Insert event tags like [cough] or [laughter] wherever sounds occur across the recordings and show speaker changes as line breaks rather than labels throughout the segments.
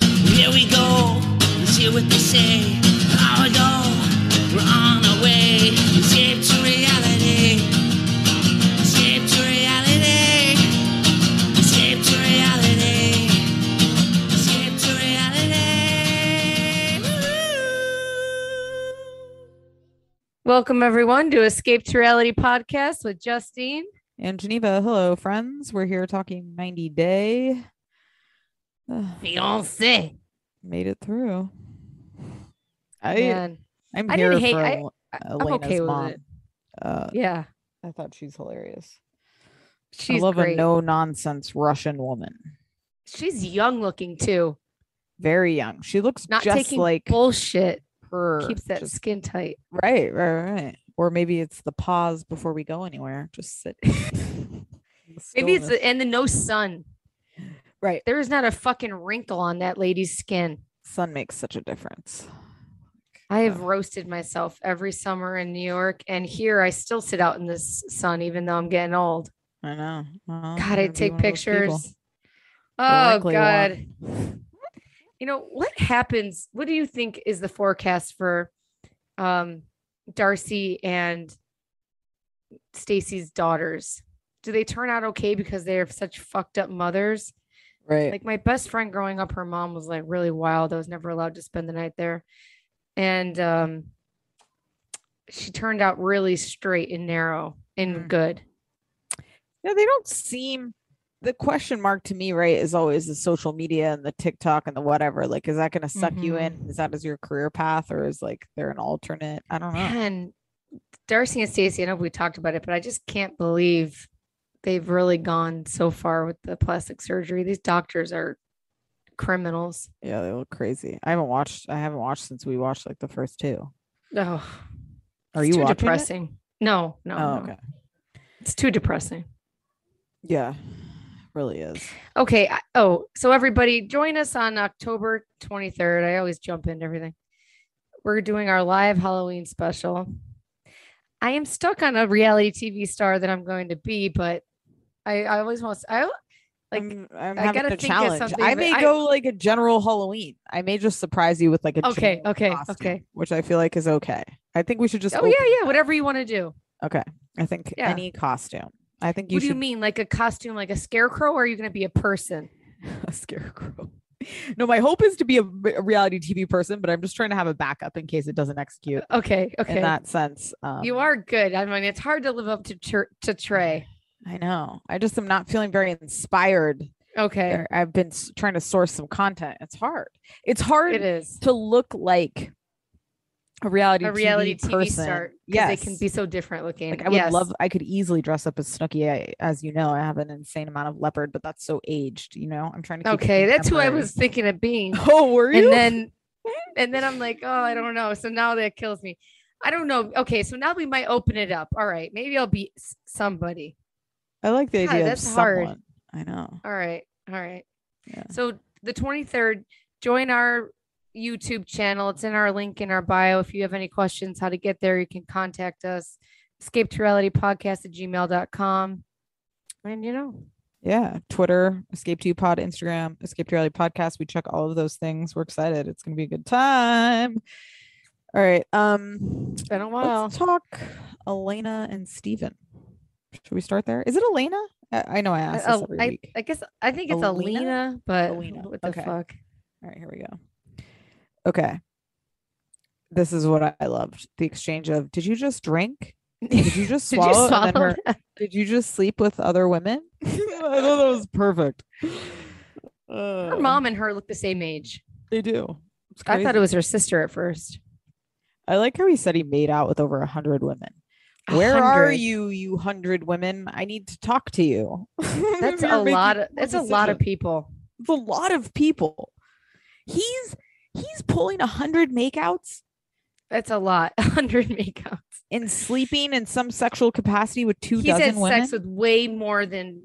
Here we go, let's hear what they say. An hour ago, we're on our way. Escape to reality. Escape to reality. Escape to reality. Escape to reality. Woo-hoo.
Welcome, everyone, to Escape to Reality podcast with Justine.
And Geneva, hello, friends. We're here talking 90 Day. Ugh,
Fiance.
[sighs] made it through. I
Man,
I'm
I
here
didn't hate-
for
I-
Ele-
I- I'm
Elena's
okay with
mom.
it.
Uh,
yeah,
I thought she's hilarious.
she's
I love
great.
a no nonsense Russian woman.
she's young looking too.
Very young. She looks
Not
just
taking
like
bullshit.
her.
Keeps that
just-
skin tight.
right, right, right. Or maybe it's the pause before we go anywhere. Just
[laughs]
sit. in the
Maybe it's
stillness.
the, and the no sun.
right.
There is not a fucking wrinkle on that lady's skin.
Sun makes such a difference.
I have
Yeah.
roasted myself every summer in New York, and here I still sit out in this sun, even though I'm getting old.
I know. Well,
God, I
you're gonna be
take
one of those people.
pictures. Oh
likely uh, one.
God. You know what happens? What do you think is the forecast for um Darcy and Stacy's daughters? Do they turn out okay because they are such fucked up mothers?
Right.
Like my best friend growing up, her mom was like really wild. I was never allowed to spend the night there. And um she turned out really straight and narrow and
Mm.
good.
Yeah, they don't seem the question mark to me, right? Is always the social media and the TikTok and the whatever. Like, is that going to suck you in? Is that as your career path, or is like there an alternate? I don't know.
Man, Darcy and Stacey, I know we talked about it, but I just can't believe they've really gone so far with the plastic surgery. These doctors are criminals.
Yeah, they look crazy. I haven't watched. I haven't watched since we watched like the first two.
Oh,
Are
it's
you
too
watching it?
depressing? No, no,
Oh,
no.
okay.
It's too depressing.
Yeah, really is.
Okay. I- Oh, so everybody join us on October 23rd. I always jump into everything. We're doing our live Halloween special. I am stuck on a reality TV star that I'm going to be, but I, I always want to, I, like,
I'm, I'm
I
having
gotta
a
think of
challenge.
something,
I
but
may
I-
go like a general Halloween. I may just surprise you with like a
Okay,
general
okay,
costume,
okay.
which I feel like is okay. I think we should just.
oh yeah,
open
yeah,
that.
whatever you want to do.
Okay, I think
Yeah.
any costume. I think you
what do
should
you mean, like a costume, like a scarecrow? Or are you going to be a person?
[laughs] a scarecrow. No, my hope is to be a, re- a reality TV person, but I'm just trying to have a backup in case it doesn't execute.
Okay, okay,
In that sense, um,
you are good. I mean, it's hard to live up to tr- to Trey.
I know. I just am not feeling very inspired.
Okay,
There- I've been s- trying to source some content. It's hard. It's hard
it is
to look like a reality
a reality TV,
person.
star. Yeah,
Yes,
they can be so different looking.
Like I would
Yes.
love. I could easily dress up as Snooki. I, as you know, I have an insane amount of leopard, but that's so aged. You know, I'm trying to. keep it
Okay, that's who I
contemporary.
was thinking of being.
[laughs] Oh, were
and
you? [laughs]
then and then I'm like, oh, I don't know. So now that kills me. I don't know. Okay, so now we might open it up. All right, maybe I'll be s- somebody.
I like the
God,
idea
that's
of
hard.
someone. I know.
All right. All right.
Yeah.
So the 23rd, join our YouTube channel. It's in our link in our bio. If you have any questions how to get there, you can contact us. Escape to reality podcast at gmail.com. And you know,
Yeah. Twitter, Escape to You Pod, Instagram, Escape to Reality Podcast. We check all of those things. We're excited. It's gonna be a good time. All right. Um
it's been a while.
let's talk Elena and Steven. Should we start there? Is it Elena? I, I know I
I,
asked this
oh,
every
I,
week.
I guess I think it's
Alina?
Alina, but
Alina,
what the
okay.
fuck?
All right, here we go. Okay. This is what I loved. The exchange of did you just drink? [laughs] Did you just
[laughs] Did
swallow?
you
And then
swallow
her, did you just sleep with other women? I thought that was perfect.
[laughs] Her mom and her look the same age.
They do. It's
I thought
crazy.
it was her sister at first.
I like how he said he made out with over a hundred women. Where are
100.
you, you hundred women? I need to talk to you. [laughs]
That's
You're
a
making
lot of
poor
that's a lot of
decisions.
people.
It's a lot of people. He's he's pulling a hundred makeouts
That's a lot. [laughs] hundred makeouts.
and sleeping in some sexual capacity with two
He's
dozen
had
women.
sex with way more than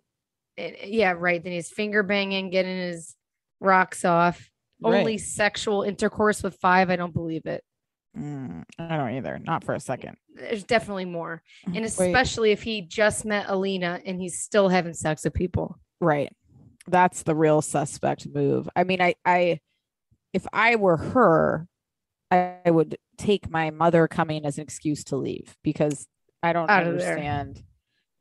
eh, yeah, right. Than he's finger banging, getting his rocks off. Only
Right.
sexual intercourse with five. I don't believe it.
Mm, I don't either. Not for a second.
There's definitely more. And
Wait,
especially if he just met Alina and he's still having sex with people.
right, that's the real suspect move. I mean, I, I, if I were her, I, I would take my mother coming as an excuse to leave because I don't
Out of there.
understand.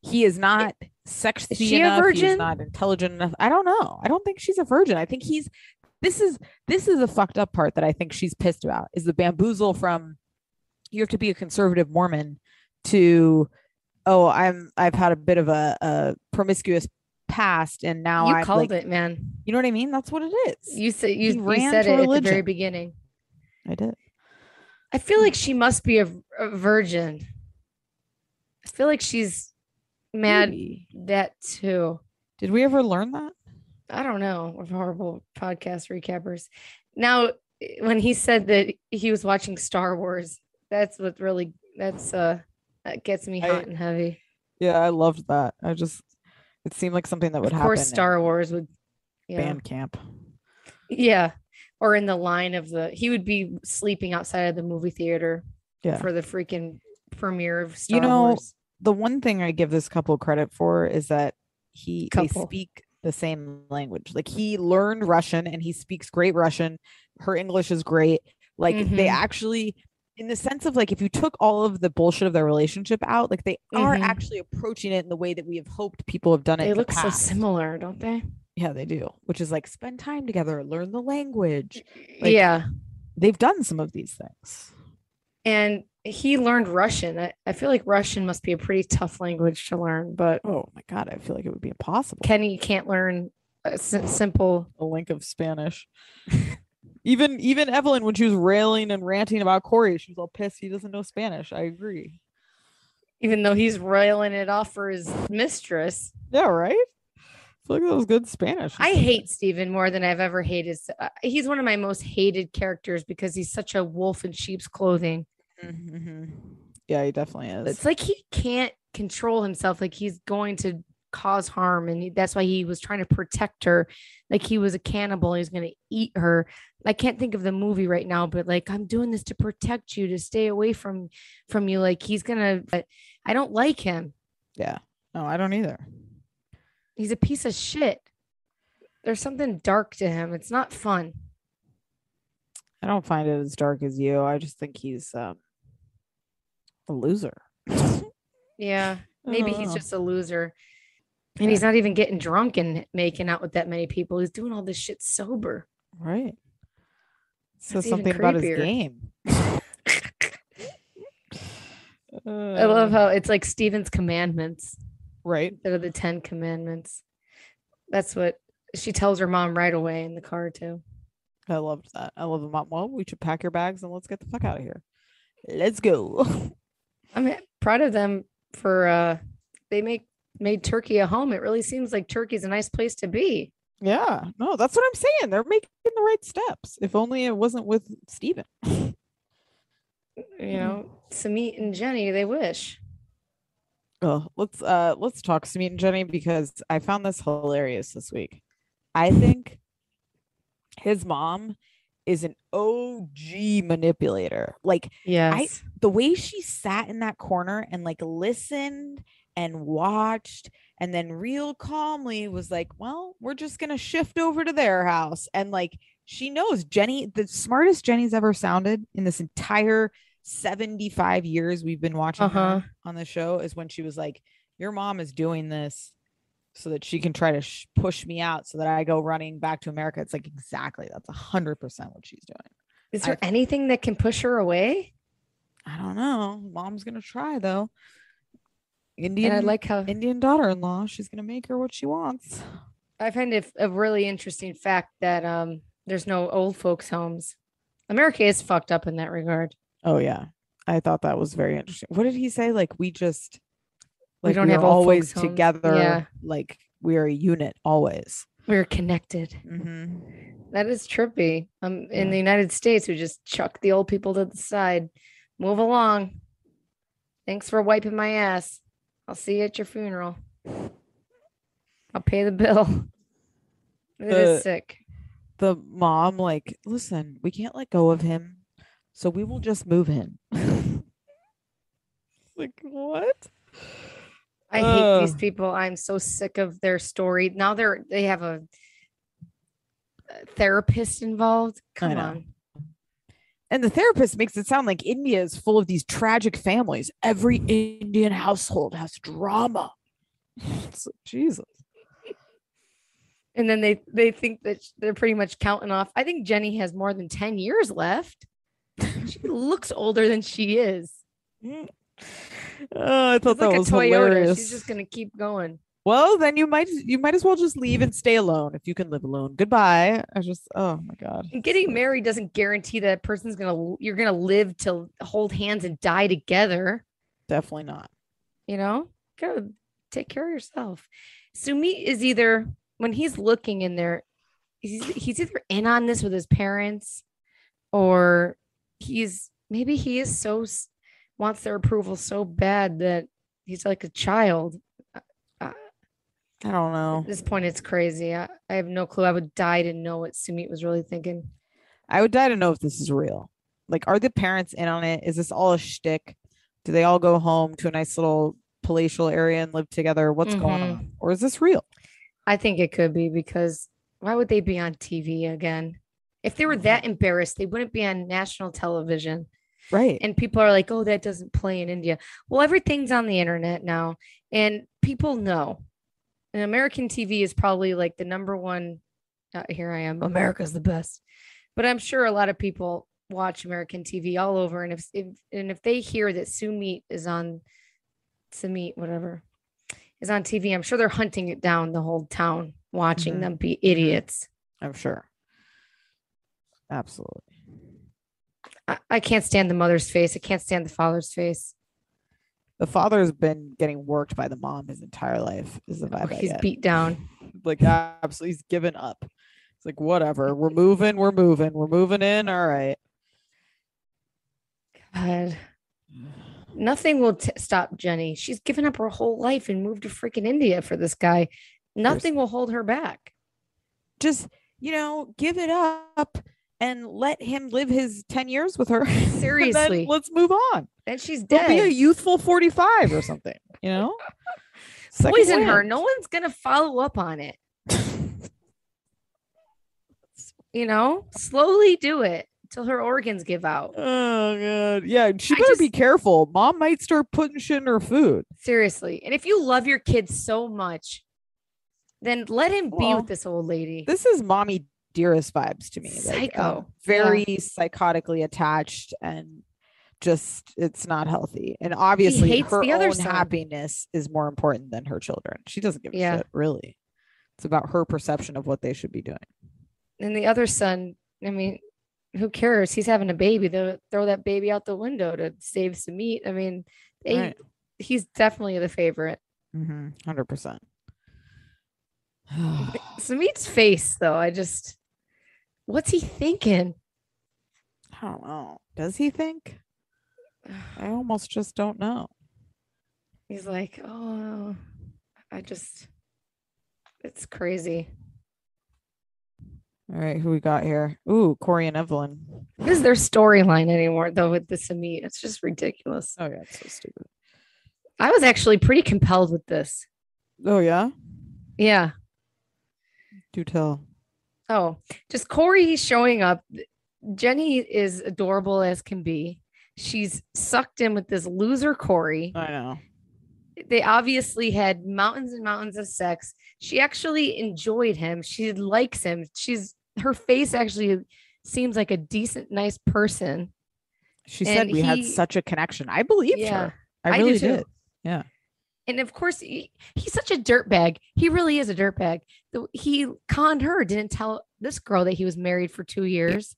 He is not sexy
she a
enough. He's
virgin?
not intelligent enough. I don't know. I don't think she's a virgin. I think he's. This is this is the fucked up part that I think she's pissed about is the bamboozle from. You have to be a conservative Mormon to oh i'm i've had a bit of a, a promiscuous past and now
you
i
called it, man.
you know what i mean that's what it is
You said you,
He
you
ran
said
to
it at the very
religion.
beginning.
i did
I feel like she must be a, a virgin. I feel like she's mad
Maybe.
that too.
did we ever learn that
I don't know. We're horrible podcast recappers. Now, when he said that he was watching Star Wars, that's what really that's uh that gets me
I-
hot and heavy.
yeah i loved that i just it seemed like something that
Of
would happen
course, Star Wars would. Yeah,
band camp
yeah, or in the line of the he would be sleeping outside of the movie theater
Yeah.
for the freaking premiere of Star
know,
Wars.
the one thing i give this couple credit for is that he they
Couple.
speak the same language like he learned russian and he speaks great russian her english is great like they
Mhm.
actually in the sense of like if you took all of the bullshit of their relationship out like they are
Mhm.
actually approaching it in the way that we have hoped people have done it
They
in the
look so
past.
similar, don't they?
yeah they do which is like spend time together learn the language Like-
yeah.
they've done some of these things
And he learned Russian. I, I feel like Russian must be a pretty tough language to learn, but
oh my god i feel like it would be impossible
Kenny can't learn a si- simple.
a link of
[laughs]
Spanish. even even Evelyn, when she was railing and ranting about Corey, she was all pissed he doesn't know Spanish. I agree.
Even though he's railing it off for his mistress,
Yeah, right. I feel like that was good Spanish. [laughs]
I hate Steven more than I've ever hated. S- uh, He's one of my most hated characters because he's such a wolf in sheep's clothing.
Yeah, he definitely is.
Mm-hmm. It's like he can't control himself. Like he's going to cause harm, and he, that's why he was trying to protect her. Like he was a cannibal. He's going to eat her. I can't think of the movie right now, but like I'm doing this to protect you, to stay away from from you. Like he's gonna. But I don't like him.
yeah. No, I don't either.
He's a piece of shit. There's something dark to him. It's not fun.
I don't find it as dark as you. I just think he's um a loser.
Yeah. [laughs] Maybe he's
Oh.
just a loser. And he's not even getting drunk and making out with that many people. He's doing all this shit sober.
right. So
That's even
something about his
creepier.
game.
I love how it's like Stephen's commandments
right.
that are the Ten Commandments. That's what she tells her mom right away in the car, too.
I loved that. I love the mom. Well, we should pack your bags and let's get the fuck out of here. Let's go. [laughs]
I'm h- proud of them for uh they make made Turkey a home. It really seems like Turkey's a nice place to be.
yeah. No, that's what I'm saying. They're making the right steps. If only it wasn't with Steven. [laughs]
You know, Samit and Jenny, they wish.
Oh, let's uh let's talk Samit and Jenny because I found this hilarious this week. I think his mom is an OG manipulator. Like
Yes.
the way she sat in that corner and like listened and watched and then real calmly was like well we're just gonna shift over to their house and like she knows jenny the smartest jenny's ever sounded in this entire 75 years we've been watching
Uh-huh.
her on the show is when she was like your mom is doing this so that she can try to sh- push me out so that i go running back to america it's like exactly that's 100% what she's doing
Is there
I-
anything that can push her away?
i don't know mom's gonna try though
And
indian
I like how
Indian daughter-in-law. She's gonna make her what she wants.
I find it a really interesting fact that um, there's no old folks' homes. America is fucked up in that regard.
Oh yeah, I thought that was very interesting. What did he say? Like we just
We
like we
don't have
are
old
always
folks' homes.
together.
Yeah.
Like we are a unit always.
We're connected.
Mm-hmm.
That is trippy. Um, in the United States, we just chuck the old people to the side, move along. Thanks for wiping my ass. I'll see you at your funeral. I'll pay the bill. It is
Uh,
sick.
The mom, like, listen, we can't let go of him, so we will just move him. [laughs] like what?
I hate these
Ugh.
people. I'm so sick of their story. Now they're they have a a therapist involved. Come
know.
on.
And the therapist makes it sound like India is full of these tragic families. Every Indian household has drama. [laughs] It's like, Jesus.
And then they they think that sh- they're pretty much counting off. I think Jenny has more than 10 years
[laughs]
left. She looks older than she is.
Mm. Oh, I thought
It's like
that
a
was
Toyota.
hilarious.
She's just gonna keep going.
well, then you might you might as well just leave and stay alone if you can live alone. Goodbye. I just oh my god.
And getting married doesn't guarantee that a person's gonna l- you're gonna live to hold hands and die together.
Definitely not.
you know go take care of yourself sumi is either when he's looking in there he's, he's either in on this with his parents or he's maybe he is so s- wants their approval so bad that he's like a child
I don't know.
at this point it's crazy i, I have no clue i would die to know what sumi was really thinking
I would die to know if this is real. Like, are the parents in on it? Is this all a shtick? Do they all go home to a nice little palatial area and live together? What's going
Mhm.
on? Or is this real?
i think it could be because why would they be on tv again if they were that embarrassed they wouldn't be on national television
Right.
and people are like, "Oh, that doesn't play in India." Well, everything's on the internet now, and people know. And American TV is probably like the number one. Uh, here I am, America's the best, but I'm sure a lot of people watch American TV all over, and if, if and if they hear that Sumit is on, Sumit whatever, is on TV, I'm sure they're hunting it down the whole town, watching
Mhm.
them be idiots.
I'm sure. Absolutely.
I, I can't stand the mother's face. I can't stand the father's face.
The father's been getting worked by the mom his entire life. Is the
Oh,
vibe I
he's
get.
beat down.
like absolutely he's given up it's like whatever we're moving we're moving we're moving in all right
God. Nothing will t- stop Jenny. She's given up her whole life and moved to freaking India for this guy. Nothing will hold her back.
just you know give it up and let him live his 10 years with her [laughs] and then
Seriously.
let's move on
And she's
He'll be a
dead.
youthful 45 or something you know Second
[laughs] Poison her.
wind.
No one's going to follow up on it.
[laughs]
You know, slowly do it until her organs give out.
oh god yeah she
I
better be
just-
careful mom might start putting shit in her food
Seriously. And if you love your kids so much, then let him be
Well,
with this old lady.
this is mommy dearest vibes to me. Like, um,
Psycho. Yeah.
very psychotically attached and just it's not healthy. And obviously
hates
her
the other
own
son.
happiness is more important than her children. She doesn't give a
Yeah.
shit, really. It's about her perception of what they should be doing.
and the other son, I mean, who cares? He's having a baby. They'll throw that baby out the window to save some meat. I mean, they,
Right. Mm-hmm.
he's definitely the favorite.
Hundred percent. [sighs]
Samit's face, though, I just, what's he thinking?
I don't know. Does he think? I almost just don't know.
He's like, oh, I just, it's crazy.
All right, who we got here? Ooh, Corey and Evelyn.
What is their storyline anymore, though, with this Amit? It's just ridiculous.
Oh yeah, it's so stupid.
I was actually pretty compelled with this.
Oh yeah,
Yeah.
do tell.
Oh, just Corey showing up. Jenny is adorable as can be. She's sucked in with this loser Corey.
I know.
They obviously had mountains and mountains of sex. She actually enjoyed him. She likes him. She's her face actually seems like a decent, nice person.
She said
And
we had
he-
such a connection. I believed her. I
I do
really
too.
did. Yeah.
And of course, he, he's such a dirtbag. He really is a dirtbag. The- He conned her, didn't tell this girl that he was married for two years.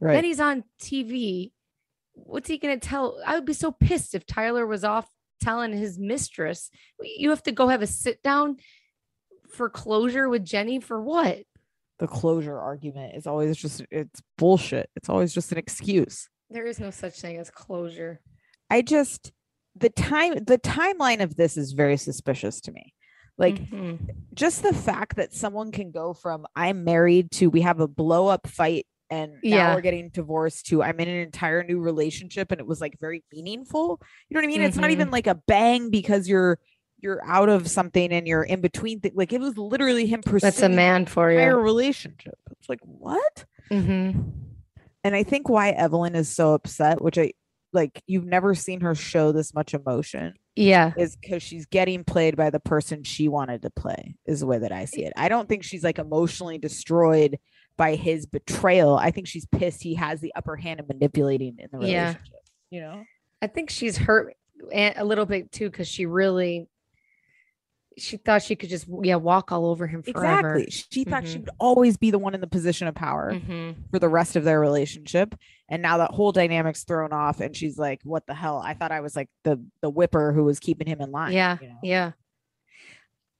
Right.
Then he's on TV. What's he going to tell? I would be so pissed if Tyler was off telling his mistress, you have to go have a sit down for closure with Jenny for what?
the closure argument is always just it's bullshit. It's always just an excuse.
There is no such thing as closure.
I just the time the timeline of this is very suspicious to me. Like
Mhm.
just the fact that someone can go from I'm married to we have a blow up fight and now
Yeah.
we're getting divorced to I'm in an entire new relationship and it was like very meaningful. You know what I mean? It's not
Mhm.
even like a bang because you're you're out of something and you're in between things. Like it was literally him pursuing
that's a man for
an entire
you.
relationship. It's like what?
Mhm.
And I think why Evelyn is so upset, which I like you've never seen her show this much emotion
Yeah.
is because she's getting played by the person she wanted to play is the way that i see it i don't think she's like emotionally destroyed by his betrayal i think she's pissed he has the upper hand of manipulating in the
Yeah.
relationship you know
I think she's hurt a a little bit too because she really she thought she could just yeah walk all over him forever. Mm-hmm.
exactly she thought she would always be the one in the position of power
Mhm.
for the rest of their relationship and now that whole dynamic's thrown off and she's like what the hell i thought i was like the the whipper who was keeping him in line
Yeah,
you know?
yeah.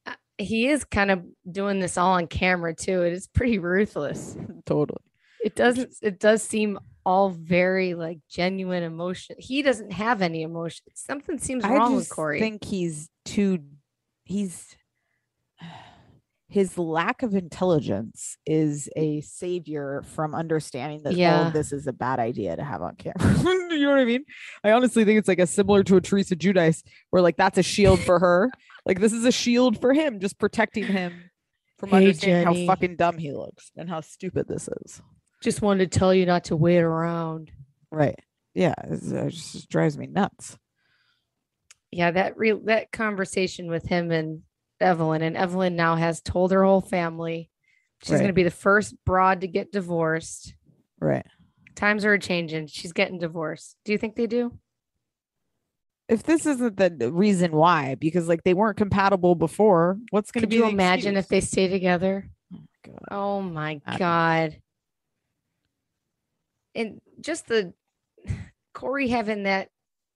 Uh, He is kind of doing this all on camera too. It is pretty ruthless.
totally
It doesn't. It does seem all very like genuine emotion. He doesn't have any emotion. Something seems wrong with Corey.
think he's too he's [sighs] his lack of intelligence is a savior from understanding that all
Yeah.
of this is a bad idea to have on camera. [laughs] you know what I mean? I honestly think it's like a similar to a Teresa Judice, where like that's a shield for
[laughs]
her. like this is a shield for him, just protecting him from
Hey,
understanding
Jenny.
how fucking dumb he looks and how stupid this is.
Just wanted to tell you not to wait around.
Right. Yeah. it's- It just it drives me nuts.
yeah that re- that conversation with him and evelyn and evelyn now has told her whole family she's going to
Right.
be the first broad to get divorced
Right.
times are changing she's getting divorced do you think they do
if this isn't the the reason why, because like they weren't compatible before, what's going to
could
be?
you
the
imagine if they
excuse?
stay together
Oh my God.
oh my
I don't know.
god and just the corey having that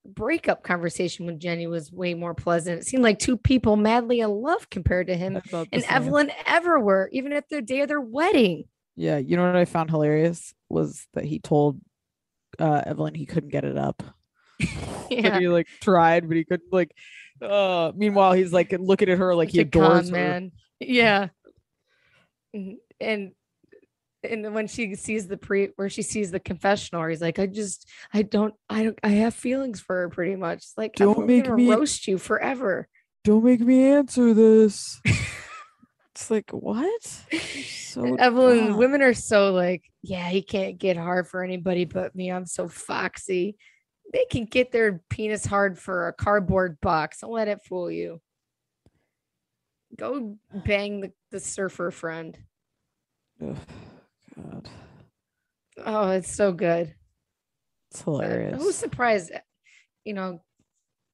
breakup conversation with jenny was way more pleasant it seemed like two people madly in love compared to him
I felt the
and
same.
evelyn ever were even at the day of their wedding
Yeah, you know what I found hilarious was that he told uh, Evelyn he couldn't get it up. That
Yeah.
he like tried, but he couldn't. Like, uh, meanwhile, he's like looking at her like he
It's a con
adores her.
man. Yeah. Mhm. And and when she sees the pre where she sees the confessional, he's like, I just I don't I don't I have feelings for her pretty much. It's Like
Don't
I'm
make
gonna
me-
roast you forever.
Don't make me answer this.
[laughs]
it's like what? So
Evelyn,
dumb.
women are so like, yeah, he can't get hard for anybody but me. I'm so foxy. They can get their penis hard for a cardboard box. Don't let it fool you. Go bang the, the surfer friend.
Ugh, God,
Oh, it's so good.
it's
But
hilarious.
Who's surprised? You know,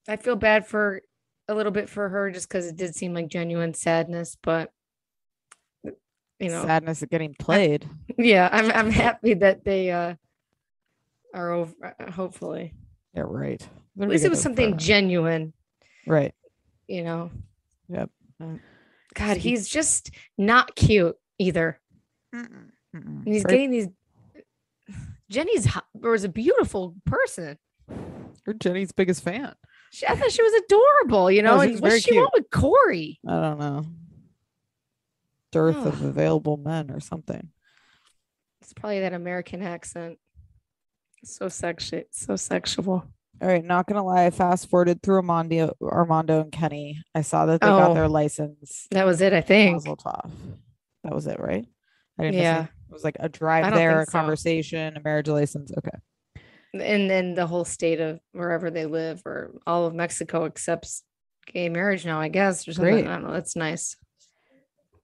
I feel bad for a little bit for her just because it did seem like genuine sadness, but you know,
Sadness at getting played.
[laughs] yeah, I'm I'm happy that they uh are over uh, hopefully.
Yeah, right.
At least it was something genuine,
right.
you know.
Yep.
God, he's just not cute either. And he's
Very-
getting these Jenny's hot- was a beautiful person.
You're Jenny's biggest fan.
She, I thought she was adorable, you know.
she
and
was
what
very
she want with Corey?
I don't know. Dearth of
Ugh.
available men or something.
It's probably that American accent. So sexual, so sexual.
All right, not gonna lie, I fast forwarded through Armando, Armando and Kenny. I saw that they got
Oh.
their license.
That was it, I think.
Mazel tov. That was it, right? I didn't. miss
Yeah.
anything. It was like a drive
don't
there, a
think so.
conversation, a marriage license. Okay.
And then the whole state of wherever they live or all of Mexico accepts gay marriage now, I guess, or something.
Great.
I don't know. That's nice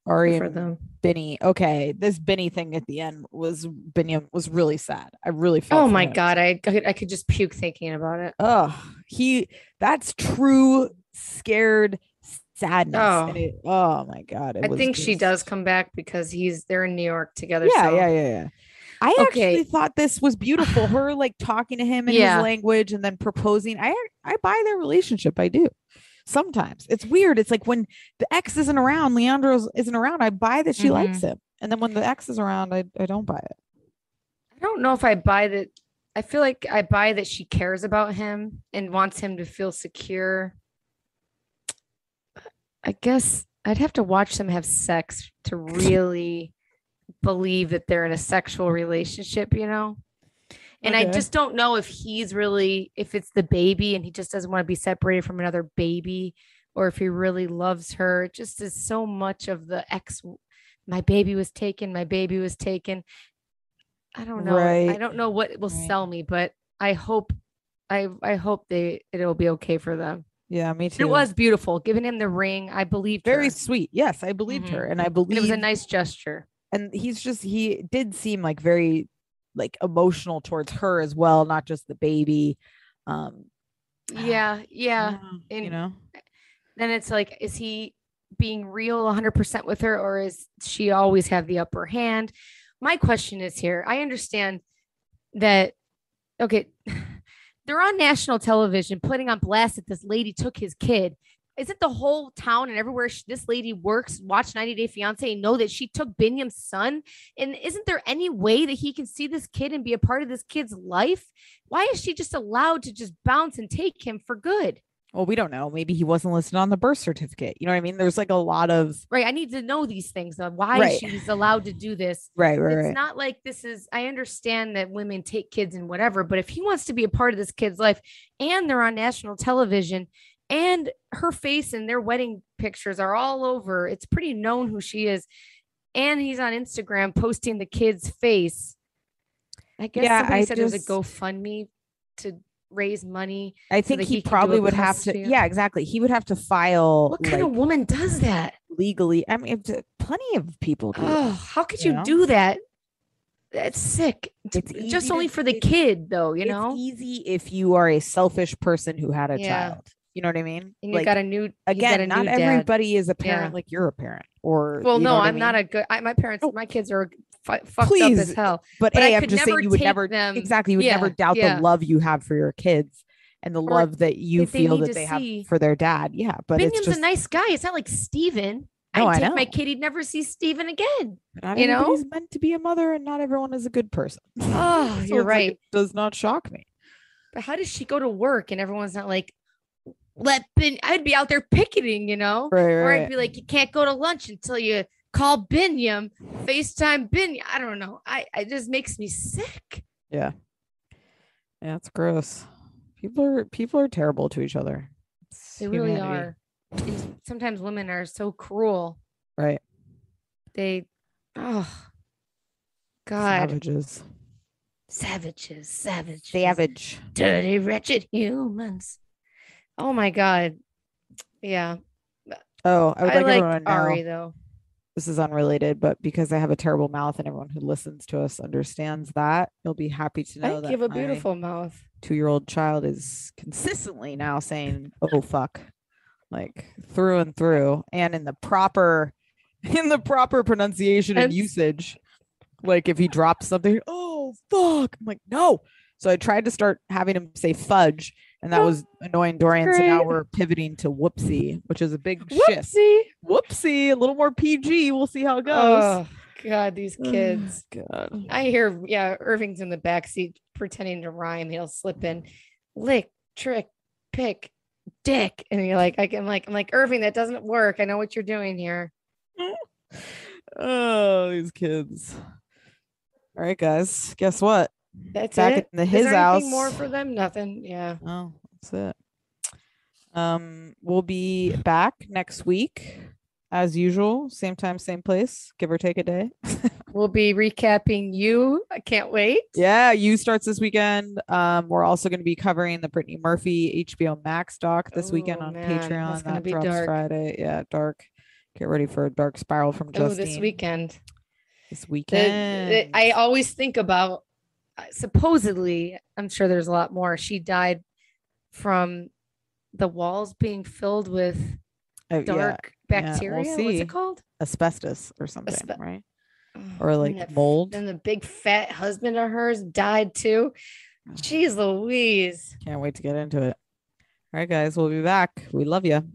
Ari
for
and
them.
Benny. Okay, this Benny thing at the end was Benny was really sad. I really felt.
Oh
for
my
him.
God. I, I could just puke thinking about it.
Oh, he. That's true. Scared sadness.
Oh.
and it- oh my God. it
I
was
think she
just-
does come back because he's they're in New York together.
Yeah,
so
yeah, yeah, yeah. I
Okay.
actually thought this
[sighs]
was beautiful. Her like talking to him in
Yeah.
his language and then proposing. I I buy their relationship. I do. Sometimes it's weird. It's like when the ex isn't around, Leandro isn't around. I buy that she likes
Mm-hmm.
him, and then when the ex is around, I, I don't buy it.
I don't know if I buy that. I feel like I buy that she cares about him and wants him to feel secure. I guess I'd have to watch them have sex to really believe that they're in a sexual relationship, you know? And I
Okay.
just don't know if he's really, if it's the baby and he just doesn't want to be separated from another baby or if he really loves her. It just is so much of the ex, my baby was taken, my baby was taken. I don't know. I
Right.
don't know what will
Right.
sell me, but I hope, I I hope they it'll be okay for them.
Yeah, me too.
It was beautiful, giving him the ring. I believed
very
her.
sweet. Yes, I believed
Mhm.
her, and I
And
believed.
it was a nice
[sighs]
gesture.
and he's just he did seem like very like emotional towards her as well, not just the baby. Um, [sighs]
Yeah, yeah.
you
and-
know.
Then it's like, is he being real 100% with her, or is she always have the upper hand? My question is here. I understand that. Okay, [laughs] they're on national television putting on blast that this lady took his kid. Isn't the whole town and everywhere sh this lady works watch 90 Day Fiance know that she took Binyam's son? And isn't there any way that he can see this kid and be a part of this kid's life? Why is she just allowed to just bounce and take him for good?
well, we don't know. Maybe he wasn't listed on the birth certificate. You know what I mean? There's like a lot of
Right. I need to know these things on why
Right.
she's allowed to do this.
right, right,
it's
right.
not like this is i understand that women take kids and whatever but if he wants to be a part of this kid's life and they're on national television and her face and their wedding pictures are all over it's pretty known who she is and he's on instagram posting the kid's face i guess
Yeah,
somebody
I
said there's
just-
a gofundme to raise money
I think
that
he,
he can do
probably
it
would
with
have
us
to.
too.
Yeah, exactly. He would have to file
what kind
like,
of woman does that
legally. I mean, if- plenty of people do.
oh
that.
how could
you
you,
know?
do that that's sick T-
It's easy
just
to-
only for the
it's-
kid though you know
it's e easy if you are a selfish person who had a
Yeah.
child. You know what I mean?
and you
Like,
got a new you got a
again, not
new dad.
everybody is a parent
Yeah.
like you're a parent. Or
Well,
you know
no,
what I
I'm not
mean?
a good. I, my parents,
Oh.
my kids are fu- fucked up
Please,
as hell.
But,
but I
a, I'm
could
just saying
never
you would
take
never
them-
exactly. You would never
Yeah,
doubt
yeah.
the love you have for your kids and the
Or
love that you
that they
feel
need
that
to
they have
see.
for their dad. Yeah, but
Bingham's
it's just
a nice guy. It's not like Steven.
No, I
I take my
know.
kid. He'd never see Steven again.
not
you know?
everybody's meant to be a mother, and not everyone is a good person. [laughs]
Oh,
So
you're
it's like,
right.
it does not shock me.
But how does she go to work and everyone's not like, let Ben? I'd be out there picketing, you know,
Right,
or
right.
I'd be like, you can't go to lunch until you call Binyam, Facetime Binyam. I don't know. I it just makes me sick.
yeah, it's gross. People are people are terrible to each other. It's
They really
humanity,
are. And sometimes women are so cruel.
Right.
They, oh, God.
Savages.
Savages, savages,
Savage.
dirty, wretched humans. Oh my god, yeah.
Oh, I would
I
like,
like
everyone to know-
Ari though.
This is unrelated, but because I have a terrible mouth and everyone who listens to us understands that, you'll be happy to
I
know
think
that
you have a beautiful mouth.
two year old child is consistently now saying, Oh fuck. Like through and through. And in the proper [laughs] in the proper pronunciation and
That's-
usage. Like if he drops something, oh fuck. I'm like, no. So I tried to start having him say fudge, and that was annoying Dorian. So now
great.
we're pivoting to whoopsie, which is a big shift.
Whoopsie.
Whoopsie, a little more PG. We'll see how it goes.
Oh god, these kids.
God.
I hear, yeah, Irving's in the backseat pretending to rhyme. He'll slip in, lick, trick, pick, dick, and you're like, I can like, I'm like Irving, that doesn't work. I know what you're doing here.
Oh, these kids. All right, guys. Guess what?
That's
Back
it.
in the
Is
his
there anything
house.
More for them? Nothing. Yeah.
Oh, that's it. Um, we'll be back next week as usual, same time, same place, give or take a day. [laughs]
We'll be recapping you. I can't wait.
yeah, you starts this weekend. Um, we're also going to be covering the Brittany Murphy HBO Max doc this weekend
Oh,
on
man, that's
Patreon.
gonna
That
be
drops
dark.
Friday. Yeah, dark. Get ready for a dark spiral from
Oh,
Justine
this weekend.
This
The-
weekend.
the- I always think about uh, supposedly, I'm sure there's a lot more. She died from the walls being filled with
Uh, yeah,
dark
yeah, we'll
bacteria. What's
see.
it called?
asbestos or something,
Asbe-
right?
Ugh,
Or,
and
like,
that f-
mold.
And the big fat husband of hers died too. Jeez Louise.
Can't wait to get into it. All right, guys, we'll be back. We love you.